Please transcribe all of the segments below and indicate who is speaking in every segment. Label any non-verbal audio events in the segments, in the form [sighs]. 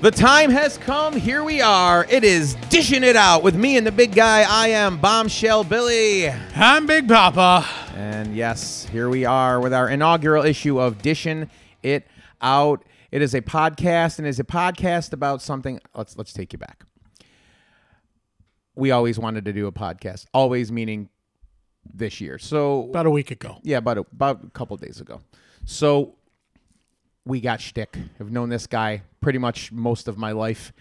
Speaker 1: The time has come. Here we are. It is dishing it out with me and the big guy. I am Bombshell Billy.
Speaker 2: I'm Big Papa.
Speaker 1: And yes, here we are with our inaugural issue of Dishing It Out. It is a podcast and it is a podcast about something. Let's let's take you back. We always wanted to do a podcast. Always meaning this year. So
Speaker 2: About a week ago.
Speaker 1: yeah, about a, about a couple days ago. So we got shtick. I've known this guy pretty much most of my life,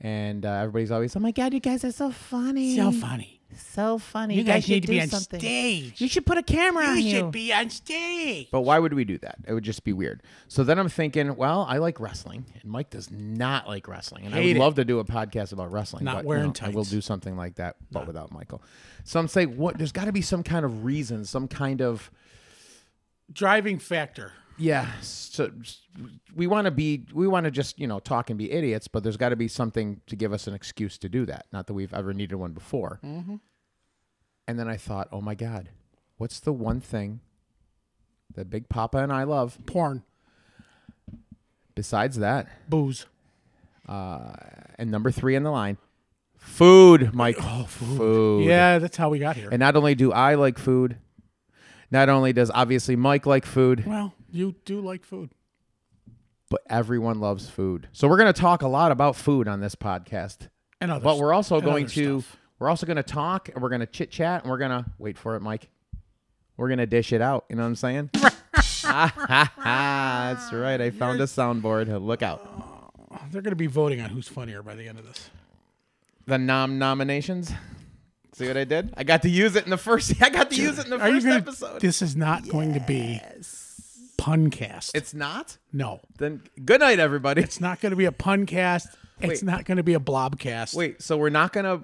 Speaker 1: and uh, everybody's always, "Oh my god, you guys are so funny,
Speaker 2: So funny.
Speaker 1: so funny."
Speaker 2: You, guys,
Speaker 1: should
Speaker 2: need to
Speaker 1: do
Speaker 2: be on
Speaker 1: something.
Speaker 2: stage.
Speaker 1: You should put a camera on
Speaker 2: You
Speaker 1: you.
Speaker 2: should be on stage.
Speaker 1: But why would we do that? It would just be weird. So then I'm thinking, well, I like wrestling, and Mike does not like wrestling, and I
Speaker 2: Hate
Speaker 1: would
Speaker 2: it.
Speaker 1: love to do a podcast about wrestling.
Speaker 2: Not
Speaker 1: but,
Speaker 2: wearing
Speaker 1: no, I will
Speaker 2: tights.
Speaker 1: do something like that, but without Michael. So I'm saying, what? There's got to be some kind of reason, some kind of
Speaker 2: Driving factor.
Speaker 1: yeah so we want to be we want to just you know talk and be idiots but there's got to be something to give us an excuse to do that not that we've ever needed one before and then i thought oh my god what's the one thing that big papa and i love
Speaker 2: Porn.
Speaker 1: besides that
Speaker 2: Booze.
Speaker 1: and number three in the line food mike oh food,
Speaker 2: Yeah, that's how we got here.
Speaker 1: and not only do i like food not only does obviously mike like food
Speaker 2: well, you do like food.
Speaker 1: but everyone loves food so we're going to talk a lot about food on this podcast
Speaker 2: And others.
Speaker 1: But we're also
Speaker 2: and
Speaker 1: going
Speaker 2: other
Speaker 1: to
Speaker 2: stuff.
Speaker 1: we're also going to talk and we're going to chit chat and we're going to wait for it, Mike. We're going to dish it out. You know what I'm saying? That's right. I found a soundboard. Look out.
Speaker 2: They're going to be voting on who's funnier by the end of this.
Speaker 1: The nom nominations. See what I did? I got to use it in the first. [laughs] I got to use it in the
Speaker 2: Are you
Speaker 1: first
Speaker 2: gonna,
Speaker 1: episode.
Speaker 2: This is not going to be puncast.
Speaker 1: it's not.
Speaker 2: no.
Speaker 1: Then good night, everybody.
Speaker 2: It's not going to be a puncast.
Speaker 1: Wait.
Speaker 2: It's not going to be a blobcast.
Speaker 1: Wait. So we're not gonna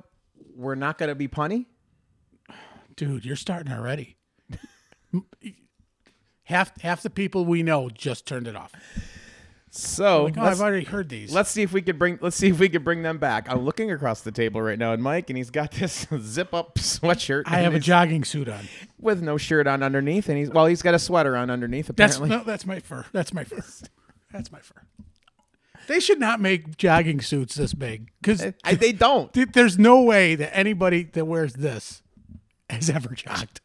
Speaker 1: we're not gonna be punny.
Speaker 2: Dude, you're starting already. [laughs] half half the people we know just turned it off.
Speaker 1: So
Speaker 2: Like, oh,
Speaker 1: let's-
Speaker 2: I've already heard these.
Speaker 1: Let's see if we could bring. Let's see if we could bring them back. I'm looking across the table right now at Mike, and he's got [laughs] this zip up sweatshirt.
Speaker 2: I have a
Speaker 1: and he's-
Speaker 2: jogging suit on.
Speaker 1: with no shirt on underneath, and he's well, he's got a sweater on underneath.
Speaker 2: That's
Speaker 1: Apparently,
Speaker 2: no, that's my fur. That's my fur. That's my fur. They should not make jogging suits this big because
Speaker 1: [laughs] I, they don't.
Speaker 2: [laughs] there's no way that anybody that wears this has ever jogged.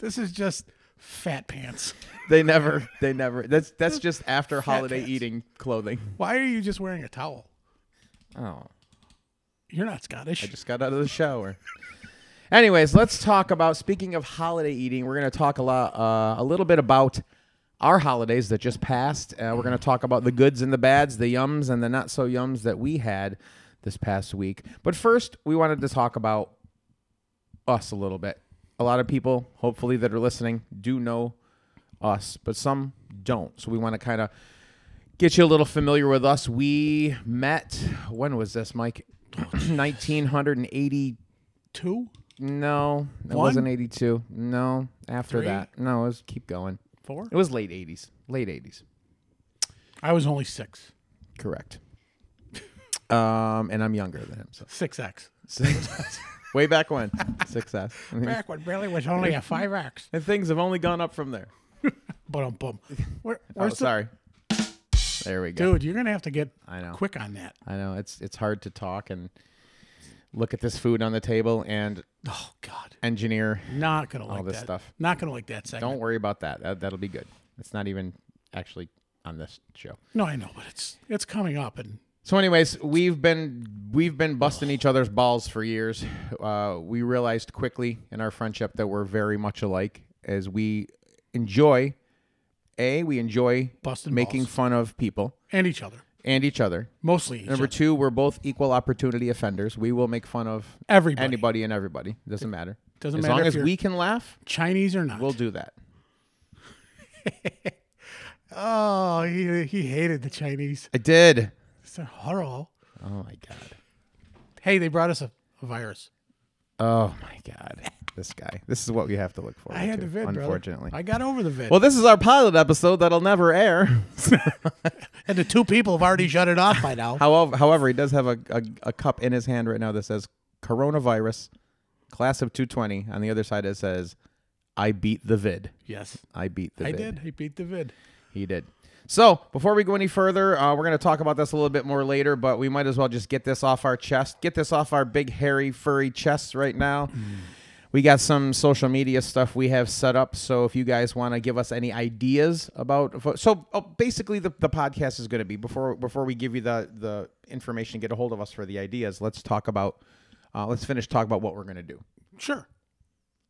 Speaker 2: This is just fat pants.
Speaker 1: They never. They never. That's that's just after holiday
Speaker 2: pants.
Speaker 1: eating clothing.
Speaker 2: Why are you just wearing a towel?
Speaker 1: Oh,
Speaker 2: You're not Scottish.
Speaker 1: just got out of the shower. Anyways, let's talk about. Speaking of holiday eating, we're going to talk a lot, uh, a little bit about our holidays that just passed. Uh, we're going to talk about the goods and the bads, the yums and the not so yums that we had this past week. But first, we wanted to talk about us a little bit. A lot of people, hopefully, that are listening do know us, but some don't. So we want to kind of get you a little familiar with us. We met, when was this, Mike? [clears throat] 1980.
Speaker 2: Two,
Speaker 1: No, it
Speaker 2: One?
Speaker 1: wasn't 82. No, after
Speaker 2: Three?
Speaker 1: that. No, it was keep going.
Speaker 2: four.
Speaker 1: It was late 80s. Late 80s.
Speaker 2: I was only six,
Speaker 1: [laughs] Correct. Um, and I'm younger than him. So [laughs]
Speaker 2: six X.
Speaker 1: way back [laughs] when, success.
Speaker 2: Back when Billy was only a five X.
Speaker 1: And things have only gone up from there.
Speaker 2: But um, bum. Where,
Speaker 1: Oh,
Speaker 2: where's the-
Speaker 1: sorry. There we go.
Speaker 2: dude? You're gonna have to get
Speaker 1: I know.
Speaker 2: quick on that.
Speaker 1: I know it's it's hard to talk and look at this food on the table and
Speaker 2: Oh God.
Speaker 1: engineer.
Speaker 2: Not gonna like
Speaker 1: this
Speaker 2: that.
Speaker 1: stuff.
Speaker 2: Not gonna like that segment.
Speaker 1: Don't worry about that. that. That'll be good. It's not even actually on this show.
Speaker 2: No, I know, but it's it's coming up, and
Speaker 1: So, anyways, we've been we've been busting each other's balls for years. Uh, we realized quickly in our friendship that we're very much alike, as we enjoy. A, we enjoy
Speaker 2: Busting
Speaker 1: making
Speaker 2: balls.
Speaker 1: fun of people
Speaker 2: and each other,
Speaker 1: and each other.
Speaker 2: mostly each
Speaker 1: Number
Speaker 2: other.
Speaker 1: two, we're both equal opportunity offenders. We will make fun of
Speaker 2: Everybody.
Speaker 1: anybody and everybody. Doesn't matter.
Speaker 2: doesn't
Speaker 1: as
Speaker 2: matter
Speaker 1: long
Speaker 2: if
Speaker 1: as
Speaker 2: you're-
Speaker 1: we can laugh,
Speaker 2: Chinese or not.
Speaker 1: we'll do that.
Speaker 2: oh, he he hated the Chinese.
Speaker 1: I did.
Speaker 2: It's horrible.
Speaker 1: Oh my god.
Speaker 2: Hey, they brought us a, a virus.
Speaker 1: Oh my god. This guy. This is what we have to look for.
Speaker 2: I had
Speaker 1: to,
Speaker 2: the vid, brother.
Speaker 1: unfortunately.
Speaker 2: I got over the vid.
Speaker 1: Well, this is our pilot episode that'll never air.
Speaker 2: and the two people have already shut it off
Speaker 1: [laughs]
Speaker 2: by now.
Speaker 1: however, however, he does have a, a, a cup in his hand right now that says coronavirus, class of 220. On the other side, it says, I beat the vid.
Speaker 2: yes,
Speaker 1: I beat the
Speaker 2: I
Speaker 1: vid.
Speaker 2: did. I beat the vid.
Speaker 1: He did. So before we go any further, uh, we're going to talk about this a little bit more later, but we might as well just get this off our chest, get this off our big, hairy, furry chests right now. We got some social media stuff we have set up. So if you guys want to give us any ideas about, fo- so oh, basically the, the podcast is going to be before before we give you the the information, get a hold of us for the ideas. Let's talk about, uh, let's finish talk about what we're going to do.
Speaker 2: Sure.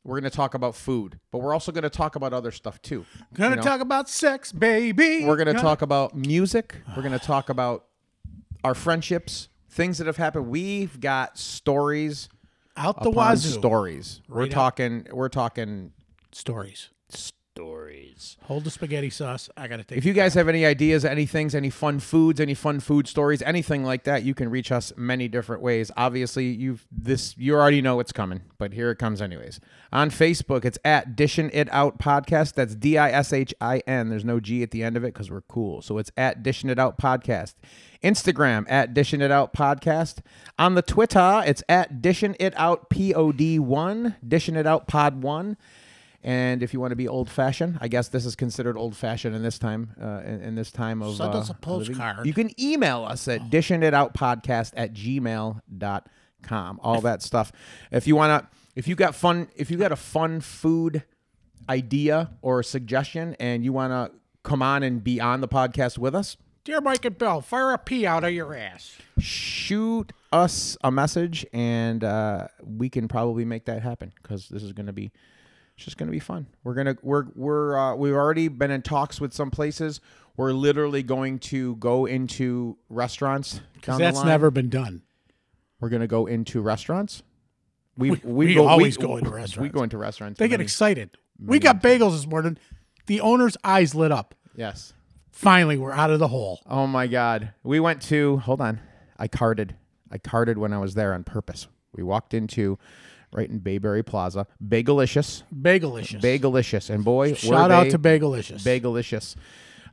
Speaker 1: We're going to talk about food, but we're also going to talk about other stuff too.
Speaker 2: Gonna
Speaker 1: You know?
Speaker 2: talk about sex, baby.
Speaker 1: We're going to talk about music. We're
Speaker 2: [sighs]
Speaker 1: going to talk about our friendships, things that have happened. We've got stories
Speaker 2: out the
Speaker 1: upon
Speaker 2: wazoo.
Speaker 1: stories. we're
Speaker 2: Right up.
Speaker 1: talking we're talking
Speaker 2: Stories.
Speaker 1: stories.
Speaker 2: Hold the spaghetti sauce. I gotta take.
Speaker 1: If you guys have any ideas, any things, any fun foods, any fun food stories, anything like that, you can reach us many different ways. Obviously, you've this you already know it's coming, but here it comes anyways. On Facebook, it's at Dishing It Out Podcast. That's D I S H I N. There's no G at the end of it because we're cool. So it's at Dishing It Out Podcast. Instagram at Dishing It Out Podcast. On the Twitter, it's at Dishing It Out P O D one, Dishing It Out Pod one. And if you want to be old fashioned, I guess this is considered old fashioned in this time, uh, in, in this time of.
Speaker 2: Send
Speaker 1: uh,
Speaker 2: us a
Speaker 1: living.
Speaker 2: postcard. Oh.
Speaker 1: You can email us at dishingitoutpodcast at gmail.com. All that stuff. If you want to, if you got fun, if you got a fun food idea or suggestion and you want to come on and be on the podcast with us,
Speaker 2: Dear Mike and Bill, fire a pee out of your ass.
Speaker 1: shoot us a message and uh, we can probably make that happen because this is going to be it's just going to be fun we're going to we're we're uh, we've already been in talks with some places we're literally going to go into restaurants down the
Speaker 2: That's
Speaker 1: line.
Speaker 2: never been done.
Speaker 1: we're going to go into restaurants we we,
Speaker 2: we always go into
Speaker 1: we
Speaker 2: restaurants.
Speaker 1: go into restaurants
Speaker 2: They
Speaker 1: many-
Speaker 2: get excited. We got bagels this morning. The owner's eyes lit up.
Speaker 1: yes
Speaker 2: Finally, we're out of the hole.
Speaker 1: oh my god we went to hold on i carded i carded when i was there on purpose we walked into right in bayberry plaza bagelicious
Speaker 2: Bagelicious.
Speaker 1: Bagelicious. And boy,
Speaker 2: Shout
Speaker 1: were
Speaker 2: out
Speaker 1: they
Speaker 2: to Bagelicious.
Speaker 1: Bagelicious.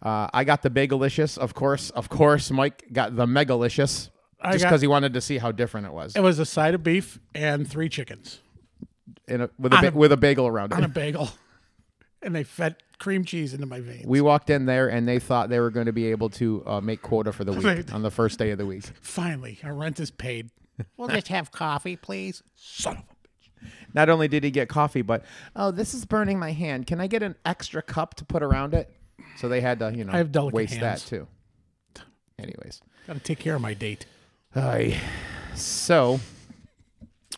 Speaker 1: Uh, I got the Bagelicious, of course. Of course, Mike got the Megalicious
Speaker 2: I
Speaker 1: just
Speaker 2: got-
Speaker 1: because he wanted to see how different it was
Speaker 2: it was a side of beef and three chickens
Speaker 1: in a, with, a ba-
Speaker 2: a-
Speaker 1: with a bagel around
Speaker 2: on
Speaker 1: [laughs]
Speaker 2: a
Speaker 1: it.
Speaker 2: bagel. And they fed cream cheese into my veins.
Speaker 1: We walked in there and they thought they were going to be able to uh, make quota for the
Speaker 2: Right.
Speaker 1: week on the first day of the week.
Speaker 2: Finally, our rent is paid. We'll just have coffee, please. Son of a
Speaker 1: Not only did he get coffee, but oh, this is burning my hand. Can I get an extra cup to put around it? So they had to, you know,
Speaker 2: have delicate
Speaker 1: waste
Speaker 2: hands.
Speaker 1: that too. Anyways.
Speaker 2: bitch. Gotta take care of my date.
Speaker 1: Aye. So,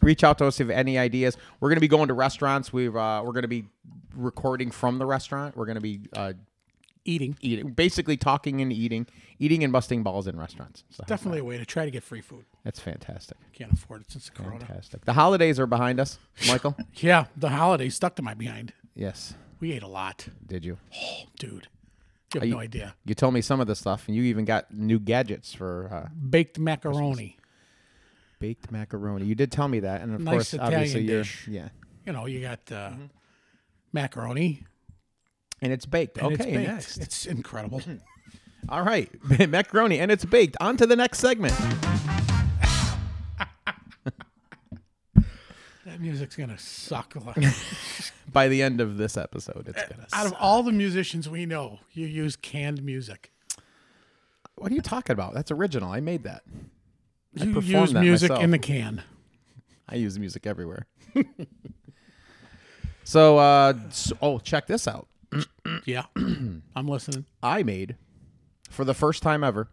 Speaker 1: reach out to us if you have any ideas. We're going to be going to restaurants. We've uh, we're going to be recording from the restaurant. We're going to be uh,
Speaker 2: Eating.
Speaker 1: eating, basically talking and eating, eating and busting balls in restaurants. So
Speaker 2: Definitely a way to try to get free food.
Speaker 1: that's fantastic.
Speaker 2: Can't afford it since the corona.
Speaker 1: Fantastic. The holidays are behind us,
Speaker 2: [laughs]
Speaker 1: Michael.
Speaker 2: Yeah, the holidays stuck to my behind.
Speaker 1: yes.
Speaker 2: We ate a lot.
Speaker 1: Did you?
Speaker 2: Oh, dude. You have no idea.
Speaker 1: You told me some of the stuff, and you even got new gadgets for uh,
Speaker 2: Baked macaroni.
Speaker 1: baked macaroni. You did tell me that, and of
Speaker 2: Nice
Speaker 1: course, obviously,
Speaker 2: Italian
Speaker 1: you're
Speaker 2: dish.
Speaker 1: yeah,
Speaker 2: You know, you got uh,
Speaker 1: Mm-hmm.
Speaker 2: macaroni.
Speaker 1: and it's baked.
Speaker 2: and
Speaker 1: okay, Mm-hmm.
Speaker 2: it's baked.
Speaker 1: next.
Speaker 2: It's incredible.
Speaker 1: All right, [laughs] macaroni, and it's baked. On to the next segment.
Speaker 2: that music's gonna suck
Speaker 1: [laughs]
Speaker 2: a lot.
Speaker 1: By the end of this episode, it's gonna.
Speaker 2: Out of all the musicians we know, you use canned music.
Speaker 1: what are you talking about? That's original. I made that. I
Speaker 2: You
Speaker 1: performed
Speaker 2: use
Speaker 1: that
Speaker 2: music
Speaker 1: myself.
Speaker 2: in the can.
Speaker 1: I use music everywhere. [laughs] so, uh, s- oh, check this out. [clears throat]
Speaker 2: Yeah, I'm listening.
Speaker 1: I made for the first time ever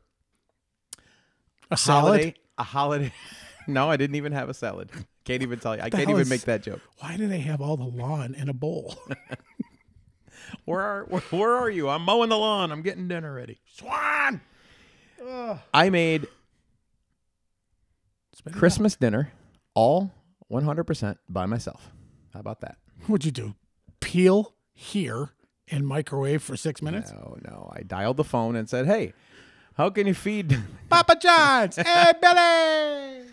Speaker 2: A salad.
Speaker 1: holiday- a holiday. [laughs] no, I didn't even have a salad. Can't even tell you. I can't
Speaker 2: hell
Speaker 1: even
Speaker 2: is-
Speaker 1: make that joke.
Speaker 2: Why do they have all the lawn in a bowl? [laughs]
Speaker 1: Where are where, where are you? I'm mowing the lawn. I'm getting dinner ready.
Speaker 2: Swan.
Speaker 1: I made
Speaker 2: Spit it
Speaker 1: Christmas dinner all 100% by myself. How about that?
Speaker 2: out. What'd you do? Peel here and microwave for six minutes.
Speaker 1: No, Oh, no. I dialed the phone and said, "Hey, how can you [laughs] feed?"
Speaker 2: Papa
Speaker 1: [laughs]
Speaker 2: John's. hey Billy.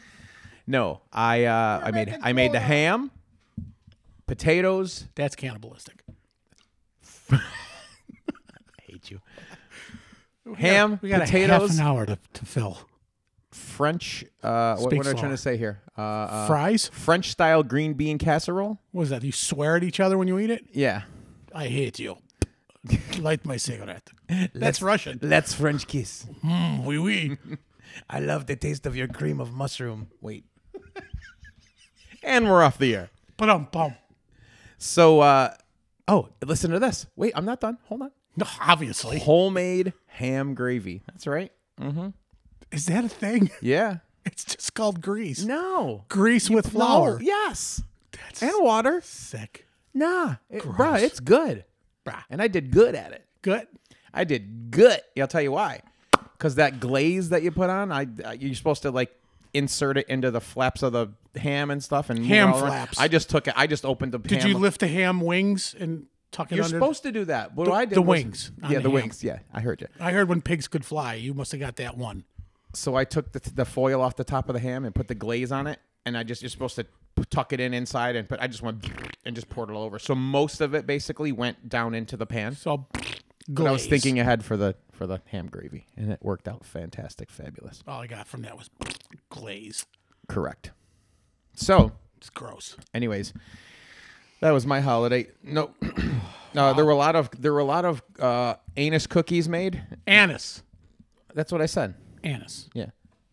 Speaker 1: no, I uh, I made I made the ham, potatoes.
Speaker 2: That's [laughs] cannibalistic.
Speaker 1: I hate you. Ham,
Speaker 2: We got a half
Speaker 1: potatoes,
Speaker 2: an hour to, to fill.
Speaker 1: French. Uh, what,
Speaker 2: Speak
Speaker 1: what am I
Speaker 2: slower.
Speaker 1: trying to say here? Uh, uh,
Speaker 2: Fries.
Speaker 1: French style green bean casserole.
Speaker 2: What is that? You swear at each other when you eat it.
Speaker 1: Yeah,
Speaker 2: [laughs] I hate you. Light my cigarette. That's Russian.
Speaker 1: Let's French kiss.
Speaker 2: Mm, [laughs] oui, oui.
Speaker 1: I love the taste of your cream of mushroom. Wait. [laughs] and we're off the air.
Speaker 2: Ba-dum, bum.
Speaker 1: So, uh, oh, listen to this. Wait, I'm not done. Hold on.
Speaker 2: No, [laughs] obviously.
Speaker 1: Homemade ham gravy. That's right.
Speaker 2: Is that a thing? [laughs]
Speaker 1: Yeah.
Speaker 2: It's just called grease.
Speaker 1: No.
Speaker 2: Grease with flour.
Speaker 1: No. Yes.
Speaker 2: That's
Speaker 1: And water.
Speaker 2: sick.
Speaker 1: Nah. It, bruh,
Speaker 2: Gross.
Speaker 1: it's good.
Speaker 2: Bruh.
Speaker 1: And I did good at it.
Speaker 2: Good.
Speaker 1: I did good. Yeah, I'll tell you why. Because that glaze that you put on, I uh, you're supposed to like insert it into the flaps of the ham and stuff and move it
Speaker 2: Ham
Speaker 1: all around.
Speaker 2: flaps.
Speaker 1: I just took it. I just opened the.
Speaker 2: Did you lift the ham wings and tuck it
Speaker 1: You're
Speaker 2: under?
Speaker 1: supposed to do that. What I did
Speaker 2: the
Speaker 1: was-
Speaker 2: wings on
Speaker 1: Yeah,
Speaker 2: the
Speaker 1: the,
Speaker 2: ham.
Speaker 1: wings. Yeah, I heard you.
Speaker 2: I heard when pigs could fly, you must have got that one.
Speaker 1: So I took the, the foil off the top of the ham and put the glaze on it, and I just you're supposed to p- tuck it in inside and put. I just went and just poured it all over. So most of it basically went down into the pan.
Speaker 2: So
Speaker 1: But I was
Speaker 2: glaze.
Speaker 1: thinking ahead for the for the ham gravy, and it worked out fantastic, fabulous.
Speaker 2: All I got from that was glaze.
Speaker 1: Correct. So
Speaker 2: It's gross.
Speaker 1: anyways that was my holiday no [clears throat] no there were a lot of there were a lot of uh, anus cookies made
Speaker 2: Anise.
Speaker 1: that's what i said
Speaker 2: Anise.
Speaker 1: yeah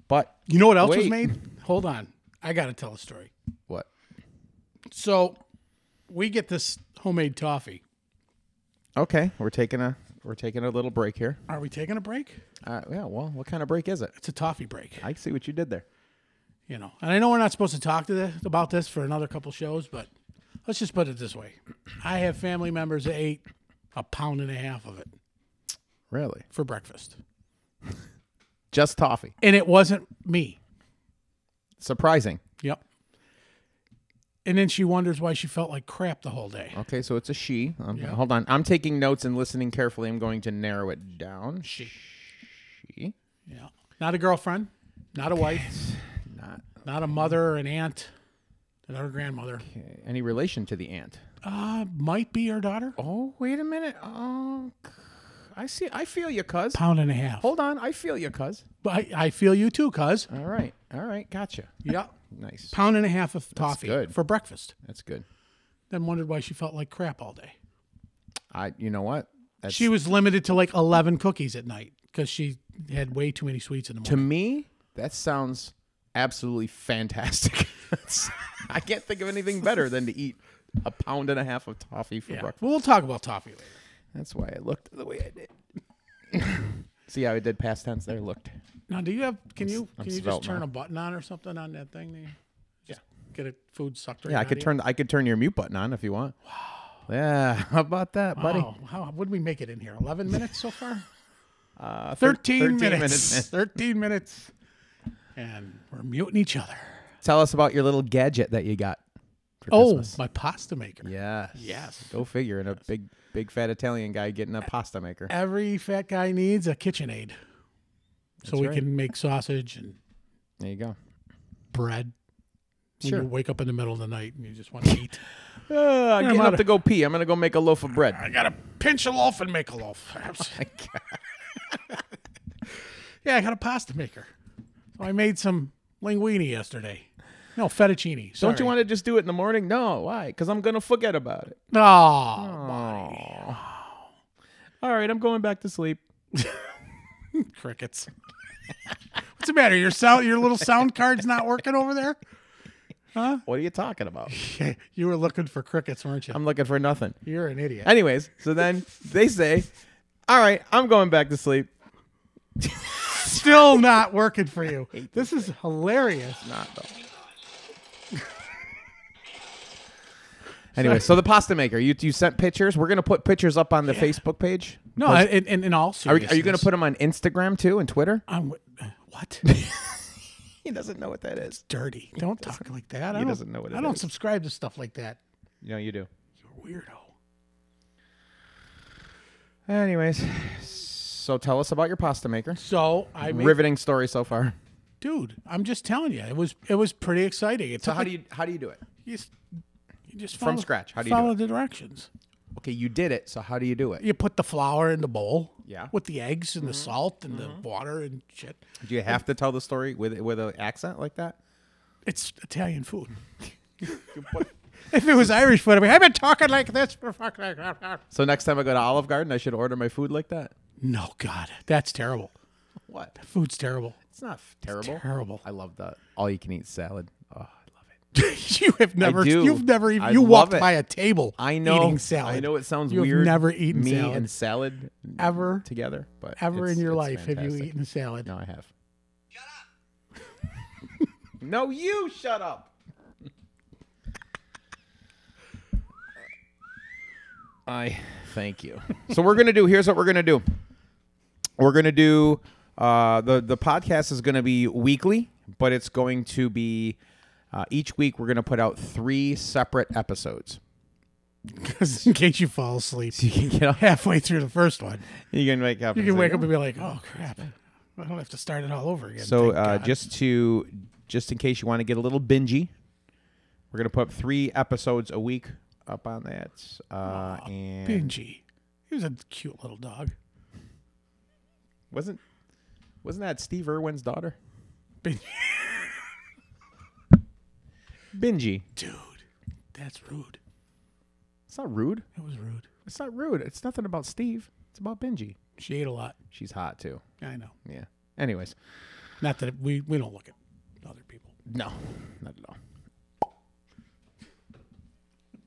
Speaker 1: but
Speaker 2: You know what else was
Speaker 1: Wait.
Speaker 2: made? Hold on. I got to tell a story.
Speaker 1: what
Speaker 2: So we get this homemade toffee.
Speaker 1: okay we're taking a we're taking a little break here
Speaker 2: Are we taking a break?
Speaker 1: uh, yeah well what kind of break is it
Speaker 2: It's a toffee break,
Speaker 1: i see what you did there
Speaker 2: you know. And I know we're not supposed to talk to this, about this for another couple shows, but let's just put it this way. I have family members that ate a pound and a half of it
Speaker 1: really
Speaker 2: for breakfast.
Speaker 1: just toffee
Speaker 2: And it wasn't me.
Speaker 1: surprising
Speaker 2: Yep. And then she wonders why she felt like crap the whole day.
Speaker 1: okay so it's a she um, hold on i'm taking notes and listening carefully i'm going to narrow it down she, she
Speaker 2: Yeah. Not a girlfriend, not a wife,
Speaker 1: not
Speaker 2: not a mother or an aunt, not her grandmother.
Speaker 1: okay. any relation to the aunt
Speaker 2: Uh, might be her daughter.
Speaker 1: Oh, wait a minute. Oh, c- I see. I feel you, cuz.
Speaker 2: Pound and a half.
Speaker 1: Hold Uh-huh. on. I feel you, cuz.
Speaker 2: But I, I feel you too, cuz.
Speaker 1: All right. All right. Gotcha.
Speaker 2: Yeah.
Speaker 1: Nice.
Speaker 2: Pound and a half of toffee
Speaker 1: good.
Speaker 2: for breakfast.
Speaker 1: That's good.
Speaker 2: Then wondered why she felt like crap all day.
Speaker 1: I. You know what? That's,
Speaker 2: She was limited to like 11 cookies at night because she had way too many sweets in the
Speaker 1: to
Speaker 2: morning.
Speaker 1: me, that sounds absolutely fantastic. [laughs] That's- I can't think of anything better than to eat a pound and a half of toffee for
Speaker 2: Yeah.
Speaker 1: breakfast.
Speaker 2: Well, we'll talk about toffee later.
Speaker 1: That's why I looked the way I did. [laughs] see how I did past tense there? Looked.
Speaker 2: Now, do you have? Can you
Speaker 1: I'm
Speaker 2: can you just
Speaker 1: svelte
Speaker 2: turn
Speaker 1: now.
Speaker 2: a button on or something on that thing? There? Just get a food sucked right.
Speaker 1: Yeah, I
Speaker 2: out
Speaker 1: could
Speaker 2: of
Speaker 1: turn. I could turn your mute button on if you want. Wow. Yeah. [laughs] How about that,
Speaker 2: you.
Speaker 1: buddy?
Speaker 2: Oh, how would we make it in here?
Speaker 1: [laughs]
Speaker 2: Eleven minutes so far. Uh, thirteen,
Speaker 1: 13
Speaker 2: minutes.
Speaker 1: [laughs] minutes.
Speaker 2: Thirteen minutes. And we're muting each other.
Speaker 1: Tell us about your little gadget that you got. For
Speaker 2: Oh,
Speaker 1: Christmas.
Speaker 2: my pasta maker.
Speaker 1: yes, Uh,
Speaker 2: Yes.
Speaker 1: Go figure. And a big, big fat Italian guy getting a pasta maker.
Speaker 2: Every fat guy needs a KitchenAid, so we
Speaker 1: right.
Speaker 2: can make sausage and
Speaker 1: There you go.
Speaker 2: bread. When
Speaker 1: Sure.
Speaker 2: you wake up in the middle of the night and you
Speaker 1: [laughs]
Speaker 2: just want to eat.
Speaker 1: Uh, I'm getting up
Speaker 2: outta-
Speaker 1: to go pee. I'm gonna go make a loaf of bread. [laughs]
Speaker 2: I gotta pinch a loaf and make a loaf. yeah, I got a pasta maker. So I made some linguine yesterday. No, fettuccine. Sorry.
Speaker 1: Don't you want to just do it in the morning? No, why? Because I'm gonna forget about it.
Speaker 2: No.
Speaker 1: Oh. All right, I'm going back to sleep.
Speaker 2: Crickets. [laughs] What's the matter? Your sound, your little sound card's not working over there.
Speaker 1: What are you talking about?
Speaker 2: you were looking for crickets, weren't you?
Speaker 1: I'm looking for nothing.
Speaker 2: You're an idiot.
Speaker 1: Anyways, so then they say, "All right, I'm going back to sleep."
Speaker 2: Still not working
Speaker 1: [laughs]
Speaker 2: for you. This is hilarious.
Speaker 1: Not though. [laughs] anyway, so the pasta maker. You you sent pictures. We're gonna put pictures up on the Facebook page.
Speaker 2: No, I, in, in, in all
Speaker 1: Are,
Speaker 2: seriousness,
Speaker 1: are you going to put him on Instagram too and Twitter?
Speaker 2: I'm, uh, what?
Speaker 1: [laughs] He doesn't know what that is.
Speaker 2: dirty. Don't talk like that. I
Speaker 1: he
Speaker 2: don't-
Speaker 1: doesn't know what it
Speaker 2: I don't
Speaker 1: is.
Speaker 2: subscribe to stuff like that.
Speaker 1: No, you do.
Speaker 2: You're a weirdo.
Speaker 1: Anyways, so tell us about your pasta maker.
Speaker 2: So I made,
Speaker 1: Riveting story so far.
Speaker 2: dude. I'm just telling you, it was it was pretty exciting. It's
Speaker 1: So how do you how do you do it?
Speaker 2: you just, you just
Speaker 1: From
Speaker 2: follow-
Speaker 1: scratch, how do you do
Speaker 2: follow the directions?
Speaker 1: Okay, you did it. So how do you do it?
Speaker 2: You put the flour in the bowl,
Speaker 1: Yeah. Mm-hmm.
Speaker 2: with the eggs and the salt and the water and shit.
Speaker 1: Do you have to tell the story with with an accent like that?
Speaker 2: It's Italian food.
Speaker 1: You put
Speaker 2: [laughs] If it was Irish food, I'd be, I've been talking like this for fuck.
Speaker 1: So next time I go to Olive Garden, I should order my food like that.
Speaker 2: No, God, that's terrible.
Speaker 1: What?
Speaker 2: Food's terrible. [laughs]
Speaker 1: It's not f- terrible.
Speaker 2: terrible.
Speaker 1: I love that all-you-can-eat salad. Oh, I love it.
Speaker 2: you have never,
Speaker 1: do.
Speaker 2: you've never even,
Speaker 1: I
Speaker 2: you
Speaker 1: love
Speaker 2: walked
Speaker 1: it.
Speaker 2: by a table.
Speaker 1: I know.
Speaker 2: Eating salad.
Speaker 1: I know it sounds
Speaker 2: You've
Speaker 1: weird.
Speaker 2: never eaten
Speaker 1: me
Speaker 2: salad.
Speaker 1: and salad
Speaker 2: ever,
Speaker 1: together, but
Speaker 2: ever
Speaker 1: it's-
Speaker 2: in your
Speaker 1: it's
Speaker 2: life have you
Speaker 1: fantastic.
Speaker 2: eaten a [laughs] salad?
Speaker 1: No, I have. [laughs] Shut up. no, you shut up. I thank you. so we're gonna do. Here's what we're gonna do. We're gonna do. Uh, the the podcast is gonna be weekly, but it's going to be uh, each week. We're gonna put out three separate episodes. [laughs]
Speaker 2: Because in case you fall asleep
Speaker 1: You can get up.
Speaker 2: halfway through the first one,
Speaker 1: You can wake up.
Speaker 2: you can wake up and be like, oh, crap. I don't have to start it all over again.
Speaker 1: So
Speaker 2: thank
Speaker 1: uh,
Speaker 2: God.
Speaker 1: just to just in case you want to get a little bingy, we're gonna put up three episodes a week up on that. Uh, and
Speaker 2: Benji. He was a cute little dog.
Speaker 1: wasn't wasn't that Steve Irwin's daughter?
Speaker 2: Benji. [laughs]
Speaker 1: Bingy.
Speaker 2: Dude, that's rude.
Speaker 1: It's not rude.
Speaker 2: It was rude.
Speaker 1: It's not rude. It's nothing about Steve. It's about Benji.
Speaker 2: She ate a lot.
Speaker 1: She's hot too.
Speaker 2: I know.
Speaker 1: Yeah. Anyways,
Speaker 2: Not that it- we, we don't look at other people.
Speaker 1: no, not at all.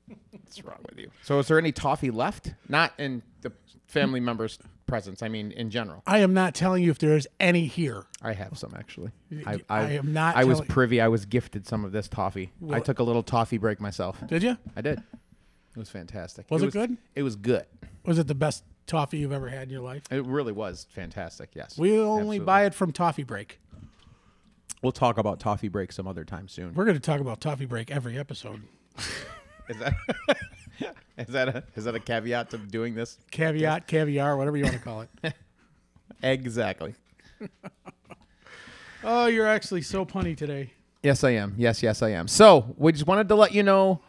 Speaker 1: [laughs] What's wrong with you? So, is there any toffee left? Not in the family members' presence. I mean, in general.
Speaker 2: I am not telling you if there is any here.
Speaker 1: I have some actually.
Speaker 2: y- I am not
Speaker 1: I was
Speaker 2: telling-
Speaker 1: privy. I was gifted some of this toffee. I
Speaker 2: Well-
Speaker 1: took a little toffee break myself.
Speaker 2: Did you?
Speaker 1: I did. It was fantastic.
Speaker 2: Was it good?
Speaker 1: It was good.
Speaker 2: Was it the best toffee you've ever had in your life?
Speaker 1: It really was fantastic. Yes.
Speaker 2: We only
Speaker 1: Absolutely.
Speaker 2: buy it from Toffee Break.
Speaker 1: We'll talk about toffee break some other time soon.
Speaker 2: We're going to talk about Toffee Break every episode.
Speaker 1: Is that [laughs] is that a is that a caveat to doing this?
Speaker 2: Caveat, caviar, whatever you want to call
Speaker 1: [laughs]
Speaker 2: it.
Speaker 1: Exactly.
Speaker 2: oh, you're actually so punny today.
Speaker 1: Yes, I am. Yes, yes, I am. So we just wanted to let you know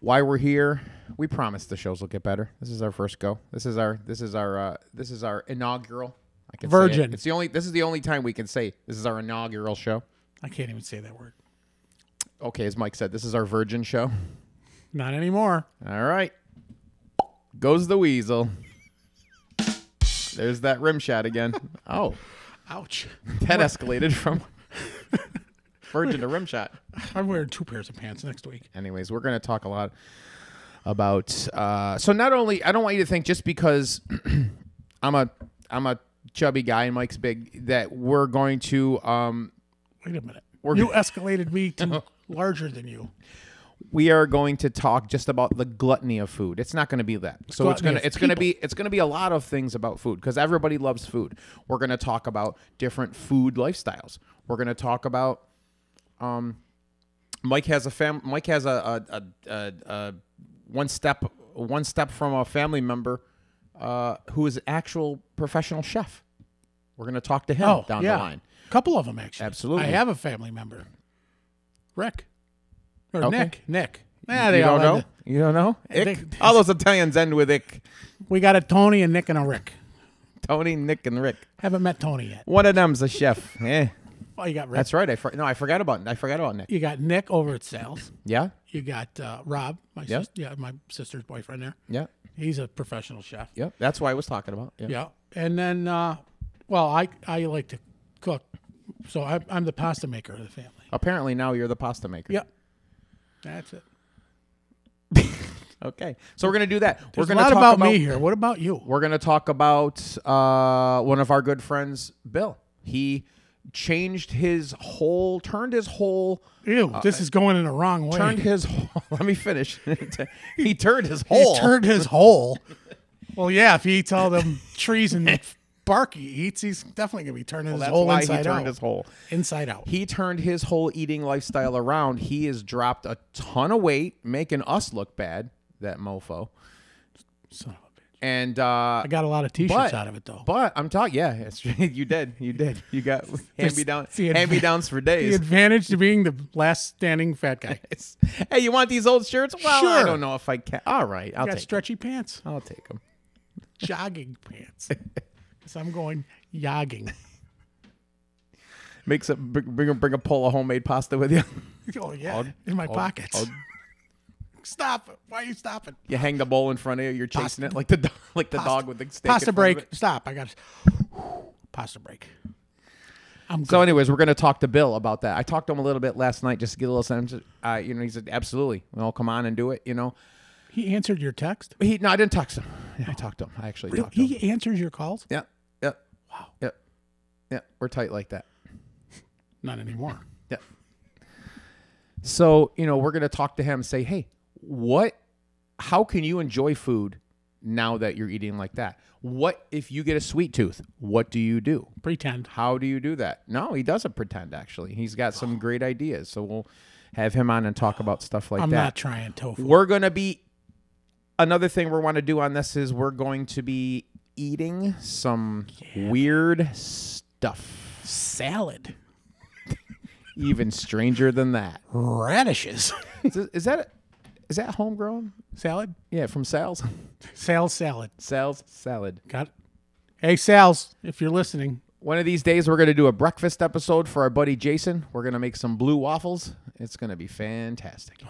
Speaker 1: why we're here. We promise the shows will get better. This is our first go. This is our this is our uh, this is our inaugural. I can say it.
Speaker 2: Virgin.
Speaker 1: It's the only. This is the only time we can say this is our inaugural show.
Speaker 2: I can't even say that word.
Speaker 1: Okay, as Mike said, this is our virgin show.
Speaker 2: Not anymore.
Speaker 1: All right, goes the weasel. There's that rim shot again. Oh,
Speaker 2: Ouch.
Speaker 1: that escalated from [laughs] virgin to rim shot.
Speaker 2: I'm wearing two pairs of pants next week.
Speaker 1: anyways we're going to talk a lot about uh, so not only i don't want you to think just because [clears throat] i'm a i'm a chubby guy and mike's big that we're going to um,
Speaker 2: Wait a minute. you escalated
Speaker 1: [laughs]
Speaker 2: me to larger than you.
Speaker 1: we are going to talk just about the gluttony of food. It's not going to be that. So it's
Speaker 2: Gluttony
Speaker 1: going to
Speaker 2: of
Speaker 1: it's going to be it's going to be a lot of things about food because everybody loves food. We're going to talk about different food lifestyles. We're going to talk about um Mike has a fam Mike has a a, a, a, a one step one step from a family member uh, who is actual professional chef. We're going to talk to him
Speaker 2: Oh,
Speaker 1: down
Speaker 2: yeah.
Speaker 1: the line.
Speaker 2: couple of them, actually.
Speaker 1: Absolutely.
Speaker 2: I have a family member, Rick. Or
Speaker 1: Okay.
Speaker 2: Nick. Nick. Nah, they
Speaker 1: you
Speaker 2: all
Speaker 1: don't
Speaker 2: had
Speaker 1: know?
Speaker 2: the-
Speaker 1: You don't know?
Speaker 2: [laughs]
Speaker 1: Ick?
Speaker 2: think-
Speaker 1: All those Italians end with ick.
Speaker 2: we got a Tony, and Nick, and a Rick.
Speaker 1: Tony, Nick, and Rick.
Speaker 2: Haven't met Tony yet.
Speaker 1: One of them's a chef. Eh.
Speaker 2: Oh, you got Rick.
Speaker 1: That's right. I for, no, I forgot about I forgot about Nick.
Speaker 2: you got Nick over at sales.
Speaker 1: Yeah,
Speaker 2: You got uh, Rob, my
Speaker 1: Yeah.
Speaker 2: sis- yeah, my sister's boyfriend there.
Speaker 1: yeah,
Speaker 2: He's a professional chef.
Speaker 1: yeah. That's what I was talking about. Yeah.
Speaker 2: Yeah, and then uh, well, I I like to cook, so I, I'm the pasta maker of the family.
Speaker 1: Apparently now you're the pasta maker.
Speaker 2: Yep, that's it.
Speaker 1: Okay. So we're gonna do that. we're
Speaker 2: There's a
Speaker 1: gonna
Speaker 2: lot
Speaker 1: talk
Speaker 2: about, me here. What about you?
Speaker 1: We're gonna talk about uh, one of our good friends, Bill. He changed his whole, turned his whole,
Speaker 2: Ew, this is going in the wrong way.
Speaker 1: Uh, turned his. [laughs] Whole, let me
Speaker 2: [laughs]
Speaker 1: finish. he turned his
Speaker 2: he
Speaker 1: whole.
Speaker 2: turned his hole. Well, yeah, if he eats
Speaker 1: [laughs]
Speaker 2: all them trees and bark he eats, he's definitely gonna be turning his
Speaker 1: that's
Speaker 2: whole
Speaker 1: why he
Speaker 2: inside
Speaker 1: turned
Speaker 2: out.
Speaker 1: his whole.
Speaker 2: Inside out.
Speaker 1: He turned his whole eating lifestyle around. He has dropped a ton of weight, making us look bad. That mofo.
Speaker 2: Son of a bitch.
Speaker 1: And uh,
Speaker 2: I got a lot of t-shirts
Speaker 1: But-
Speaker 2: out of it though.
Speaker 1: But I'm talking, yeah, it's, [laughs] you did, you did, you
Speaker 2: [laughs]
Speaker 1: got hand me down,
Speaker 2: the advan-
Speaker 1: hand me downs for
Speaker 2: the
Speaker 1: days.
Speaker 2: advantage to being the last standing
Speaker 1: [laughs]
Speaker 2: fat guy.
Speaker 1: It's- hey, you want these old shirts? Well, I
Speaker 2: Sure.
Speaker 1: don't know if I can. All right, I'll
Speaker 2: got
Speaker 1: take.
Speaker 2: stretchy pants,
Speaker 1: I'll take them.
Speaker 2: jogging pants. Because I'm going
Speaker 1: [laughs]
Speaker 2: jogging.
Speaker 1: Makes a bring, bring a bring a pull of homemade pasta with you. [laughs]
Speaker 2: Oh yeah, in my pockets.
Speaker 1: I'll
Speaker 2: Stop it. Why are you stopping?
Speaker 1: You hang the bowl in front of you. You're chasing it like the do- like the dog with the stick. in
Speaker 2: Pasta
Speaker 1: front of
Speaker 2: break.
Speaker 1: it.
Speaker 2: Stop. I got pasta break. I'm
Speaker 1: So,
Speaker 2: good.
Speaker 1: anyways, we're going to talk to Bill about that. I talked to him a little bit last night just to get a little sense. Uh, you know, he said, "Absolutely, well, come on and do it." You know,
Speaker 2: he answered your text.
Speaker 1: he no, I didn't talk to him. Yeah, I talked to him. I actually talked to him.
Speaker 2: He answers your calls.
Speaker 1: Yeah, yeah, wow, yeah, yeah. We're tight like that.
Speaker 2: Not anymore.
Speaker 1: Yeah. So, you know, we're going to talk to him and say, hey, what, how can you enjoy food now that you're eating like that? What if you get a sweet tooth? What do you do?
Speaker 2: Pretend.
Speaker 1: How do you do that? No, he doesn't pretend, actually. He's got some
Speaker 2: [sighs]
Speaker 1: great ideas. So we'll have him on and talk about stuff like
Speaker 2: I'm
Speaker 1: that.
Speaker 2: not trying tofu.
Speaker 1: We're going to be another thing we want to do on this is we're going to be eating some weird stuff,
Speaker 2: Salad.
Speaker 1: even stranger than
Speaker 2: [laughs]
Speaker 1: that.
Speaker 2: Radishes. [laughs]
Speaker 1: Is, it- is that is that homegrown?
Speaker 2: salad.
Speaker 1: Yeah, from Sal's. [laughs]
Speaker 2: Sales salad.
Speaker 1: Sal's salad.
Speaker 2: Got it. Hey, Sal's, if you're listening,
Speaker 1: One of these days, we're gonna do a breakfast episode for our buddy Jason. We're gonna make some blue waffles. It's gonna be fantastic.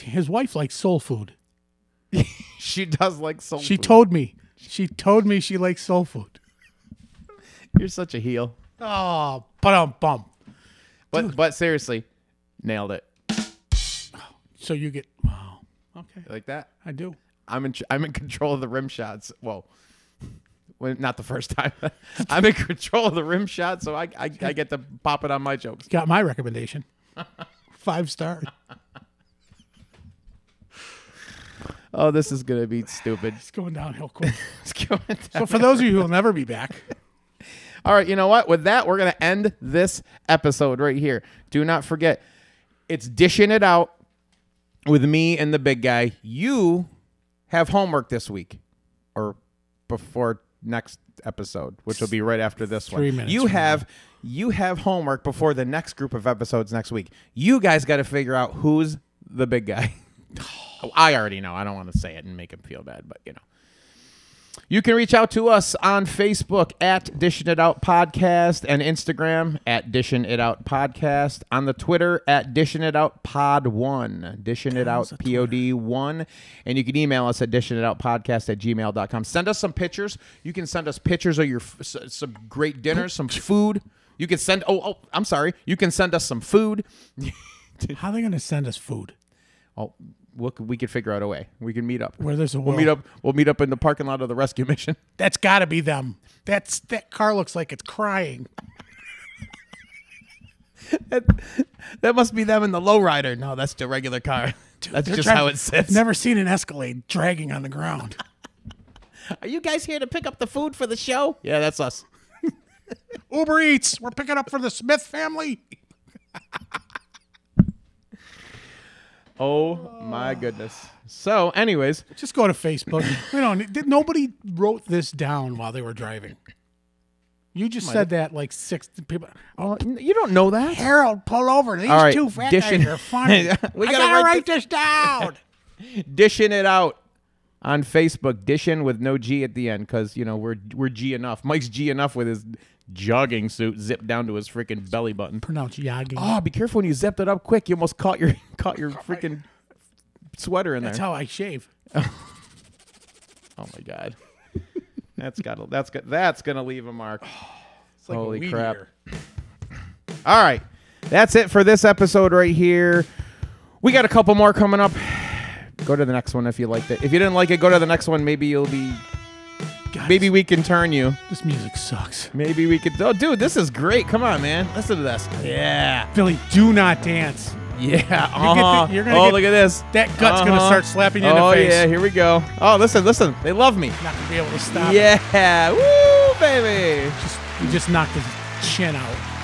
Speaker 2: his wife likes soul food.
Speaker 1: She does like soul.
Speaker 2: She
Speaker 1: food.
Speaker 2: told me. She told me she likes soul food.
Speaker 1: You're such a heel.
Speaker 2: Oh, but um bum.
Speaker 1: But but seriously, nailed it
Speaker 2: So you get wow. Okay,
Speaker 1: like that.
Speaker 2: I do.
Speaker 1: I'm in. I'm in control of the rim shots. Well, well, not the first time. [laughs] I'm in control of the rim shot, so I, I I get to pop it on my jokes.
Speaker 2: Got my [laughs] recommendation. Five star.
Speaker 1: Oh, this is gonna be stupid.
Speaker 2: It's going downhill [laughs] quick.
Speaker 1: [laughs] It's going down.
Speaker 2: But for those of you who will never be back,
Speaker 1: All right, you know what? With that, we're going to end this episode right here. Do not forget, it's dishing it out with me and the big guy. You have homework this week or before next episode, which will be right after this
Speaker 2: Three
Speaker 1: one.
Speaker 2: minutes
Speaker 1: you
Speaker 2: from
Speaker 1: have you have homework before the next group of episodes next week. You guys got to figure out who's the big guy. [laughs] Oh, I already know. I don't want to say it and make him feel bad, but you know. You can reach out to us on Facebook at Dishing It Out Podcast and Instagram at Dishing It Out Podcast. On the Twitter at Dishing It Out Pod One. Dishing It Out P O D One. And you can email us at Dishing It Out Podcast at gmail.com. Send us some pictures. You can send us pictures of your f- s- some great dinners, some food. You can send oh oh I'm sorry. You can send us some food.
Speaker 2: how are they going to send us food?
Speaker 1: Oh, we'll, we could figure out a way. We can meet up.
Speaker 2: Where there's a
Speaker 1: we'll
Speaker 2: will.
Speaker 1: meet up. We'll meet up in the parking lot of the rescue mission.
Speaker 2: That's got to be them. That's that car looks like it's crying.
Speaker 1: That must be them in the lowrider. No, that's the regular car. that's [laughs]
Speaker 2: They're
Speaker 1: just
Speaker 2: trying-
Speaker 1: how it
Speaker 2: I've
Speaker 1: sits.
Speaker 2: never seen an Escalade dragging on the ground. [laughs]
Speaker 1: Are you guys here to pick up the food for the show? Yeah, that's us.
Speaker 2: Uber Eats, we're picking up for the Smith family.
Speaker 1: Oh my goodness. So, anyways,
Speaker 2: Just go to Facebook. You know, did, nobody wrote this down while they were driving. You just said that like six people.
Speaker 1: oh, you don't know that.
Speaker 2: Harold, pull over. These
Speaker 1: All right,
Speaker 2: two fat
Speaker 1: dishing-
Speaker 2: guys are funny.
Speaker 1: [laughs] We gotta
Speaker 2: I
Speaker 1: write
Speaker 2: gotta write,
Speaker 1: [laughs]
Speaker 2: this down.
Speaker 1: Dishing it out on Facebook. Dishing with no G at the end because you know we're we're G enough. Mike's G enough with his jogging suit zipped down to his freaking belly button.
Speaker 2: Pronounce Yagi.
Speaker 1: Oh, be careful when you zipped it up quick. You almost caught your [laughs] caught your [laughs] freaking sweater in there.
Speaker 2: That's how I shave.
Speaker 1: oh my god. [laughs] That's got to that's got that's going to leave a
Speaker 2: [sighs]
Speaker 1: mark.
Speaker 2: It's like a
Speaker 1: Holy
Speaker 2: weed
Speaker 1: crap.
Speaker 2: eater.
Speaker 1: All right. That's it for this episode right here. We got a couple more coming up. Go to the next one if you liked it. If you didn't like it, go to the next one. Maybe you'll be
Speaker 2: God,
Speaker 1: maybe we can turn you.
Speaker 2: this music sucks.
Speaker 1: Maybe we could Oh, dude, this is great. Come on, man. Listen to this. Yeah.
Speaker 2: Billy, do not dance.
Speaker 1: Yeah.
Speaker 2: You get the-
Speaker 1: Uh-huh.
Speaker 2: you're gonna
Speaker 1: oh,
Speaker 2: get-
Speaker 1: look at this.
Speaker 2: That gut's gonna
Speaker 1: Uh-huh.
Speaker 2: start slapping you in
Speaker 1: oh,
Speaker 2: the face.
Speaker 1: yeah, here we go. Oh, listen, listen. They love me.
Speaker 2: Not gonna be able to stop. it.
Speaker 1: Yeah. Woo, baby.
Speaker 2: Just, you just knocked his chin out.